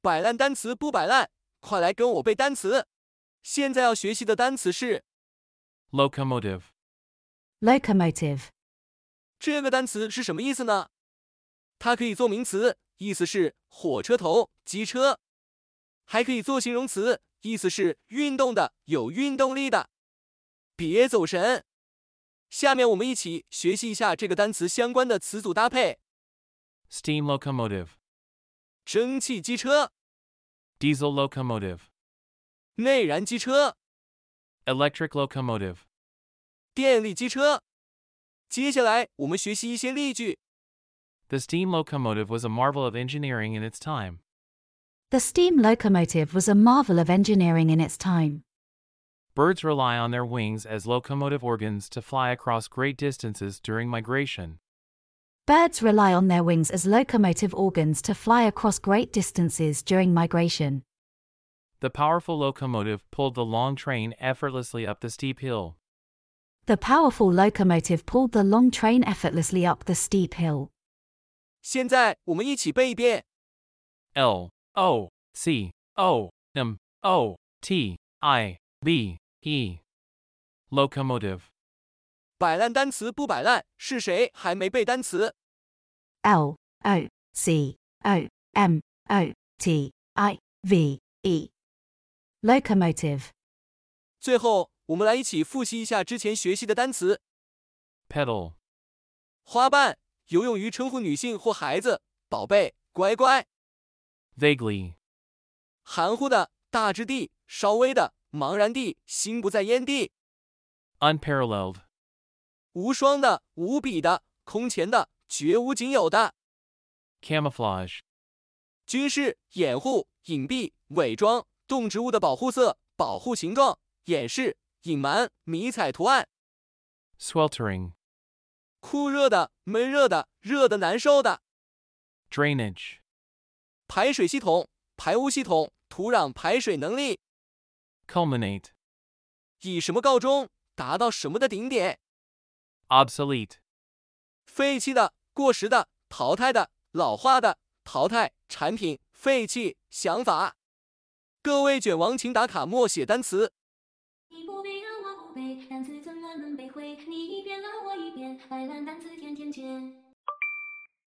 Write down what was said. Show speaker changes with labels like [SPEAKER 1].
[SPEAKER 1] 摆烂单词不摆烂，快来跟我背单词。现在要学习的单词是
[SPEAKER 2] locomotive,
[SPEAKER 3] locomotive,
[SPEAKER 1] 这个单词是什么意思呢？它可以做名词，意思是火车头、机车；还可以做形容词，意思是运动的、有运动力的。别走神，下面我们一起学习一下这个单词相关的词组搭配：
[SPEAKER 2] steam locomotive,
[SPEAKER 1] 蒸汽机车、
[SPEAKER 2] diesel locomotive,
[SPEAKER 1] 内燃机车、
[SPEAKER 2] electric locomotive,
[SPEAKER 1] 电力机车。接下来我们学习一些例句。
[SPEAKER 2] The steam locomotive was a marvel of engineering in its time.
[SPEAKER 3] The steam locomotive was a marvel of engineering in its time.
[SPEAKER 2] Birds rely on their wings as locomotive organs to fly across great distances during migration.
[SPEAKER 3] Birds rely on their wings as locomotive organs to fly across great distances during migration.
[SPEAKER 2] The powerful locomotive pulled the long train effortlessly up the steep hill.
[SPEAKER 3] The powerful locomotive pulled the long train effortlessly up the steep hill.
[SPEAKER 1] 现在我们一起背一遍。
[SPEAKER 2] L O C O M O T I B E. Locomotive.
[SPEAKER 1] 摆烂单词不摆烂，是谁还没背单词？
[SPEAKER 3] L O C O M O T I V E. Locomotive,
[SPEAKER 1] 最后，我们来一起复习一下之前学习的单词：
[SPEAKER 2] Pedal.
[SPEAKER 1] 花瓣，有用于称呼女性或孩子，宝贝、乖乖；
[SPEAKER 2] Vaguely.
[SPEAKER 1] 含糊的，大致地，稍微的，茫然地，心不在焉地；
[SPEAKER 2] Unparalleled.
[SPEAKER 1] 无双的，无比的，空前的，绝无仅有的；
[SPEAKER 2] Camouflage.
[SPEAKER 1] 军事、掩护、隐蔽、伪装、动植物的保护色、保护形状、掩饰、隐瞒、迷彩图案；
[SPEAKER 2] Sweltering.
[SPEAKER 1] 酷热的、闷热的、热的难受的。
[SPEAKER 2] Drainage.
[SPEAKER 1] 排水系统、排污系统、土壤排水能力
[SPEAKER 2] Culminate.
[SPEAKER 1] 以什么告终，达到什么的顶点，
[SPEAKER 2] Obsolete.
[SPEAKER 1] 废弃的、过时的、淘汰的、老化的、淘汰产品、废弃想法。各位卷王，请打卡默写单词。
[SPEAKER 4] 你不背让我不背，单词怎么能背会？你一遍拉我一遍，摆烂单词天天见。